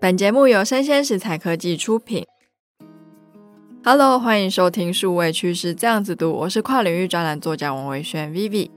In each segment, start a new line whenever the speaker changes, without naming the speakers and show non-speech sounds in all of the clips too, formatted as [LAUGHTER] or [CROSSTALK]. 本节目由生鲜食材科技出品。Hello，欢迎收听数位趋势这样子读，我是跨领域专栏作家王维轩 Vivi。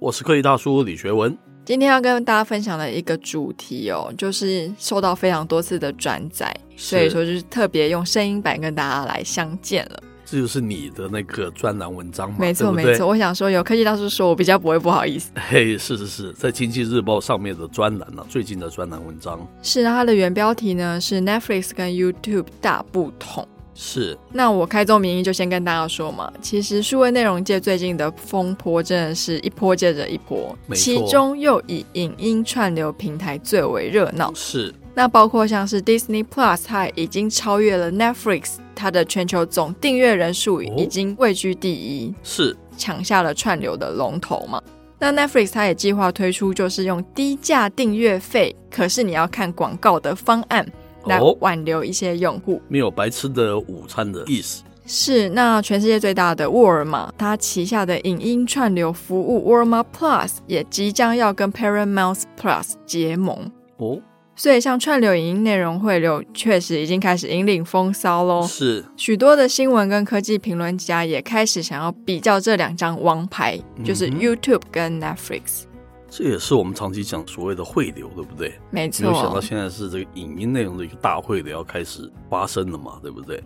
我是科技大叔李学文。
今天要跟大家分享的一个主题哦，就是受到非常多次的转载，所以说就是特别用声音版跟大家来相见了。
这就是你的那个专栏文章嘛？
没错，
对不
没
对
错。。我想说，有科技大叔说，我比较不会不好意思。
[LAUGHS] 嘿，是是是，在《经济日报》上面的专栏啊，最近的专栏文章
是它的原标题呢是 Netflix 跟 YouTube 大不同。
是
那我开宗明义就先跟大家说嘛，其实数位内容界最近的风波真的是一波接着一波，
没错
其中又以影音串流平台最为热闹。
是
那包括像是 Disney Plus，它已经超越了 Netflix，它的全球总订阅人数
哦
已经位居第一，
是，
抢下了串流的龙头嘛。那 Netflix 它也计划推出就是用低价订阅费，可是你要看广告的方案来
哦
挽留一些用户。
没有白吃的午餐的意思。
是，那全世界最大的沃尔玛，它旗下的影音串流服务沃尔玛 Plus 也即将要跟 Paramount Plus 结盟。
哦，
所以，像串流影音内容汇流，确实已经开始引领风骚喽。
是
许多的新闻跟科技评论家也开始想要比较这两张王牌，就是
嗯哼
YouTube 跟 Netflix。
这也是我们长期讲所谓的汇流，对不对？
没
没有想
错，
到现在是这个影音内容的一个大汇流要开始发生了嘛，对不对？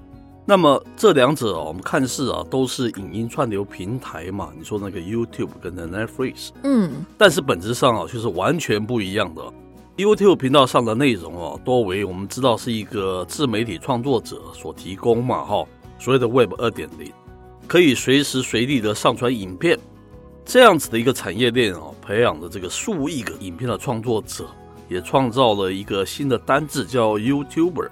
那么这两者啊，我们看似啊都是影音串流平台嘛，你说那个 YouTube 跟那 Netflix，
嗯，
但是本质上啊，就是完全不一样的。YouTube 频道上的内容哦、多为我们知道是一个自媒体创作者所提供嘛，哈，所谓的 Web 二点零，可以随时随地的上传影片，这样子的一个产业链哦、培养了这个数亿个影片的创作者，也创造了一个新的单字叫 YouTuber。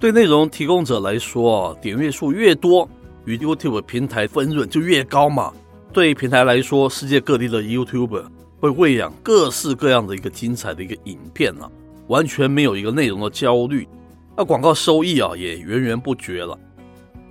对内容提供者来说啊，点阅数越多，与 YouTube 平台分润就越高嘛。对于平台来说，世界各地的 YouTuber 会喂养各式各样的一个精彩的一个影片啊，完全没有一个内容的焦虑。那广告收益啊也源源不绝了。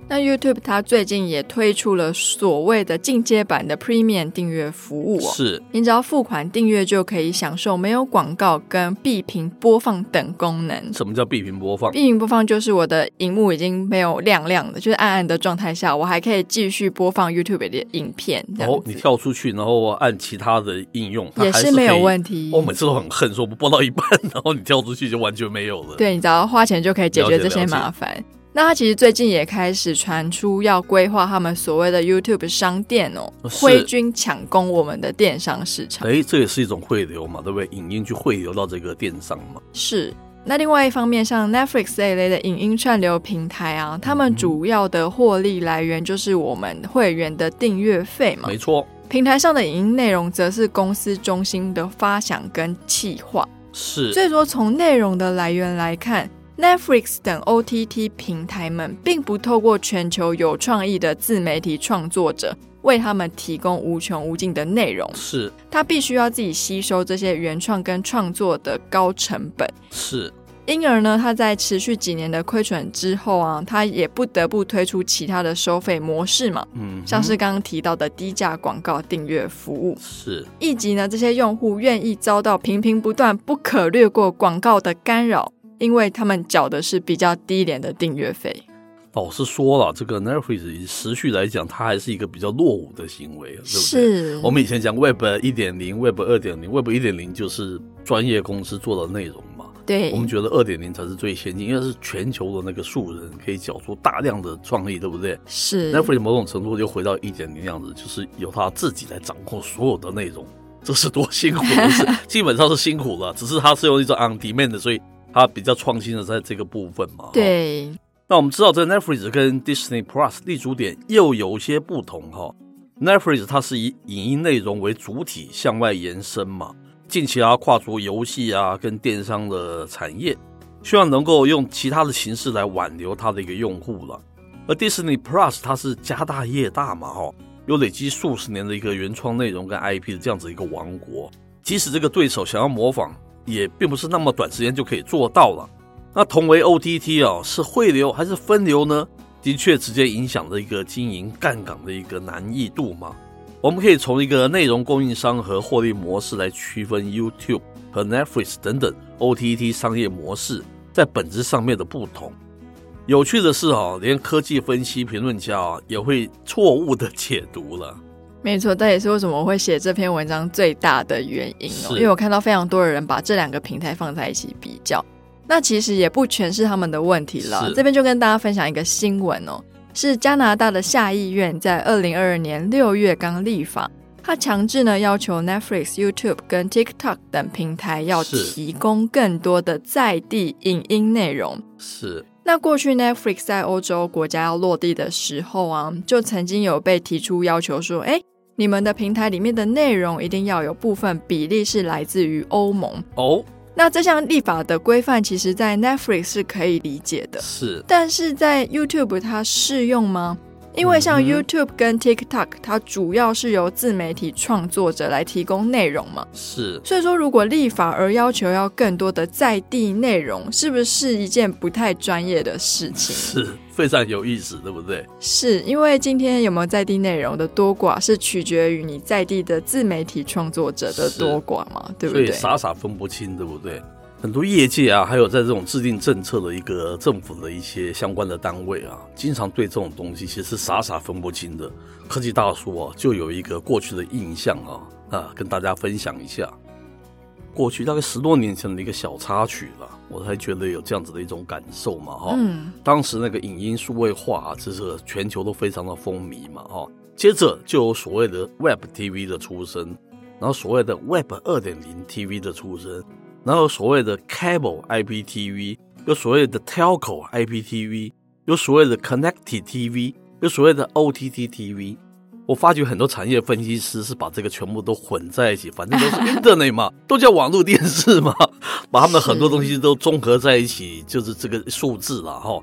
那 YouTube 它最近也推出了所谓的进阶版的 Premium 订阅服务哦。
是
你只要付款订阅就可以享受没有广告跟闭屏播放等功能。
什么叫闭屏播放？
闭屏播放就是我的荧幕已经没有亮亮的，就是暗暗的状态下，我还可以继续播放 YouTube 的影片，这
哦
样，
你
子、
跳出去，然后按其他的应用，它
也
还
是
是
没有
可以。哦
问题。
我每次都很恨，说我播到一半， [LAUGHS] 然后你跳出去就完全没有了。，
对，你只要花钱就可以解决
了
这
解
些麻烦。那他其实最近也开始传出要规划他们所谓的 YouTube 商店哦，
是
挥军抢攻我们的电商市场。
哎，这也是一种汇流嘛，对不对？影音去汇流到这个电商嘛。
是。那另外一方面，像 Netflix 这一类的影音串流平台啊，他们主要的获利来源就是我们会员的订阅费嘛
没。错，
平台上的影音内容则是公司中心的发想跟企划。所
是
以说，从内容的来源来看，Netflix 等 OTT 平台们并不透过全球有创意的自媒体创作者为他们提供无穷无尽的内容，
是
他必须要自己吸收这些原创跟创作的高成本。
是，
因而呢，他在持续几年的亏损之后啊，他也不得不推出其他的收费模式嘛，
嗯哼，
像是刚刚提到的低价广告订阅服务。
是
以及呢，这些用户愿意遭到频频不断、不可略过广告的干扰，因为他们缴的是比较低廉的订阅费。
老实说了，这个 Netflix 持续来讲，它还是一个比较落伍的行为，对啊不对？。我们以前讲 Web 一点零、Web 二点零、Web 一点零就是专业公司做的内容嘛。
对
我，们觉得二点零才是最先进，因为是全球的那个素人可以缴出大量的创意，对不对
是
？Netflix 某种程度就回到一点零样子，就是由他自己来掌控所有的内容，这是多辛苦
[LAUGHS]
的事，基本上是辛苦了。只是他是用一种 on demand 的，所以他比较创新的在这个部分嘛。哦
对，
那我们知道，这 Netflix 跟 Disney Plus 立足点又有些不同哈、Netflix 它是以影音内容为主体向外延伸嘛，近期啊跨足游戏啊跟电商的产业，希望能够用其他的形式来挽留它的一个用户了。而 Disney Plus 它是家大业大嘛哈、有累积数十年的一个原创内容跟 IP 的这样子一个王国，即使这个对手想要模仿，也并不是那么短时间就可以做到了。那同为 OTT 哦，是汇流还是分流呢？的确，直接影响了一个经营杠杆的一个难易度嘛。我们可以从一个内容供应商和获利模式来区分 YouTube 和 Netflix 等等 OTT 商业模式，在本质上面的不同。有趣的是哦，连科技分析评论家啊也会错误的解读了。
没错，这也是为什么我会写这篇文章最大的原因哦，
是
因为我看到非常多的人把这两个平台放在一起比较，那其实也不全是他们的问题了
是。
这边就跟大家分享一个新闻哦，是加拿大的下议院在二零二二年六月刚立法，它强制呢要求 Netflix、YouTube 跟 TikTok 等平台要
是
提供更多的在地影音内容。
是
那过去 Netflix 在欧洲国家要落地的时候啊，就曾经有被提出要求说，哎，你们的平台里面的内容一定要有部分比例是来自于欧盟。
哦，
那这项立法的规范，其实在 Netflix 是可以理解的，
是
但是在 YouTube 它适用吗？因为像
嗯哼
YouTube 跟 TikTok，它主要是由自媒体创作者来提供内容嘛，
是
所以说如果立法而要求要更多的在地内容，是不是一件不太专业的事情？
是，非常有意思，对不对？
是因为今天有没有在地内容的多寡，是取决于你在地的自媒体创作者的多寡嘛，对不
所以
对？
傻傻分不清，对不对？很多业界啊，还有在这种制定政策的一个政府的一些相关的单位啊，经常对这种东西其实傻傻分不清的。科技大叔啊，就有一个过去的印象啊啊，跟大家分享一下。过去大概十多年前的一个小插曲了，我才觉得有这样子的一种感受嘛，哈、
嗯，
当时那个影音数位化、啊，这是全球都非常的风靡嘛，哈、接着就有所谓的 Web TV 的出生，然后所谓的 Web 二点零 TV 的出生，然后有所谓的 Cable IPTV，有所谓的 Telco IPTV，有所谓的 Connected TV，有所谓的 OTT TV。我发觉很多产业分析师是把这个全部都混在一起，反正都是 Internet 嘛，都叫网络电视嘛，把他们的很多
是
东西都综合在一起，就是这个数字了哈。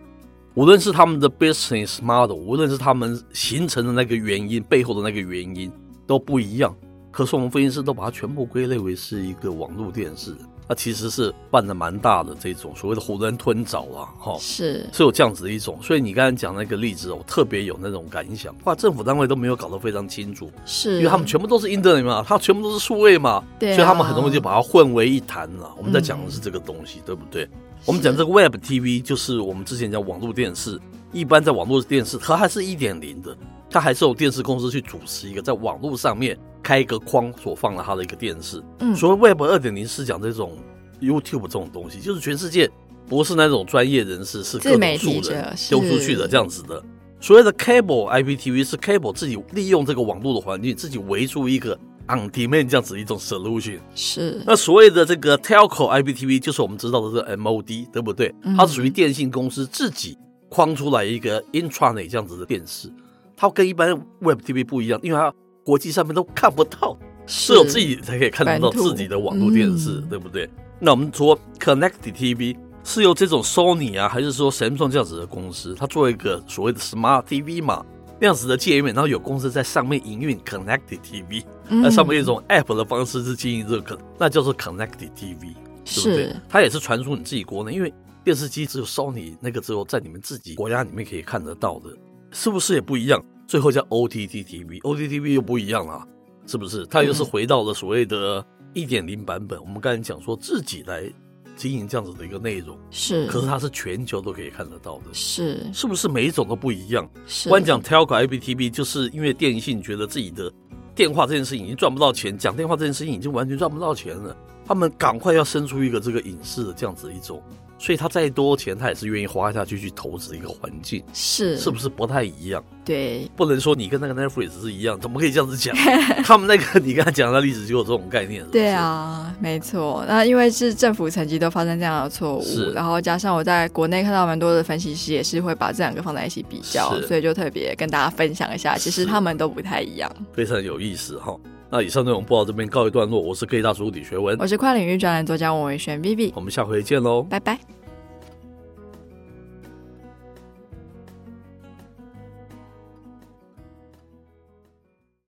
无论是他们的 business model，无论是他们形成的那个原因背后的那个原因都不一样，可是我们分析师都把它全部归类为是一个网络电视，那其实是办的蛮大的这种所谓的囫囵吞枣了哈。
是
是有这样子的一种，所以你刚才讲那个例子，我特别有那种感想。哇，政府单位都没有搞得非常清楚，
是，
因为他们全部都是 internet 嘛，它全部都是数位嘛，
对啊嗯
所以他们很容易就把它混为一谈了。我们在讲的是这个东西，对不对？我们讲这个 Web TV，就是我们之前讲网络电视，一般在网络电视，它还是一点零的，它还是由电视公司去主持一个在网络上面开一个框所放了它的一个电视。
嗯
所谓 Web 二点零是讲这种 YouTube 这种东西，就是全世界不是那种专业人士，是各
自媒
种
体
素
者
人
是
丢出去的这样子的。所谓的 Cable IPTV 是 Cable 自己利用这个网络的环境，自己围出一个 on demand 这样子一种 solution。
是
那所谓的这个 Telco IPTV 就是我们知道的这个 MOD，对不对
嗯？
它是属于电信公司自己框出来一个 intranet 这样子的电视，它跟一般 Web TV 不一样，因为它国际上面都看不到，只有自己才可以看得到
本土
自己的网络电视，
嗯
对不对？那我们说 Connected TV 是由这种 Sony 啊，还是说 Samsung 这样子的公司，它做一个所谓的 Smart TV 嘛，那样子的界面，然后有公司在上面营运 Connected TV，那、
嗯
上面有一种 App 的方式是经营这个，那叫做 Connected TV，对不对
是？
它也是传输你自己国内，因为电视机只有 Sony 那个只有在你们自己国家里面可以看得到的，是不是也不一样？最后叫 OTT TV，OTT TV 又不一样了，是不是？它又是回到了所谓的1.0版本。我们刚才讲说自己来经营这样子的一个内容，
是
可是它是全球都可以看得到的，
是
是不是每一种都不一样？
是
光讲 Telco IPTV，就是因为电信觉得自己的电话这件事情已经赚不到钱，讲电话这件事情已经完全赚不到钱了，他们赶快要生出一个这个影视的这样子一种，所以他再多钱，他也是愿意花下去去投资一个环境，
是
是不是不太一样？
对
不能说你跟那个 Netflix 是一样，怎么可以这样
[LAUGHS]
子讲？他们那个你刚才讲的例子就有这种概念，是不是
对，啊，没错。那因为是政府层级都发生这样的错误
是，
然后加上我在国内看到蛮多的分析师也是会把这两个放在一起比较，
是
所以就特别跟大家分享一下，其实
是
他们都不太一样。
非常有意思哈。那以上内容播到这边告一段落，我是 K 大叔李学文
哎我，是跨领域专栏作家王维轩 Vivi，
我们下回见喽，
拜拜。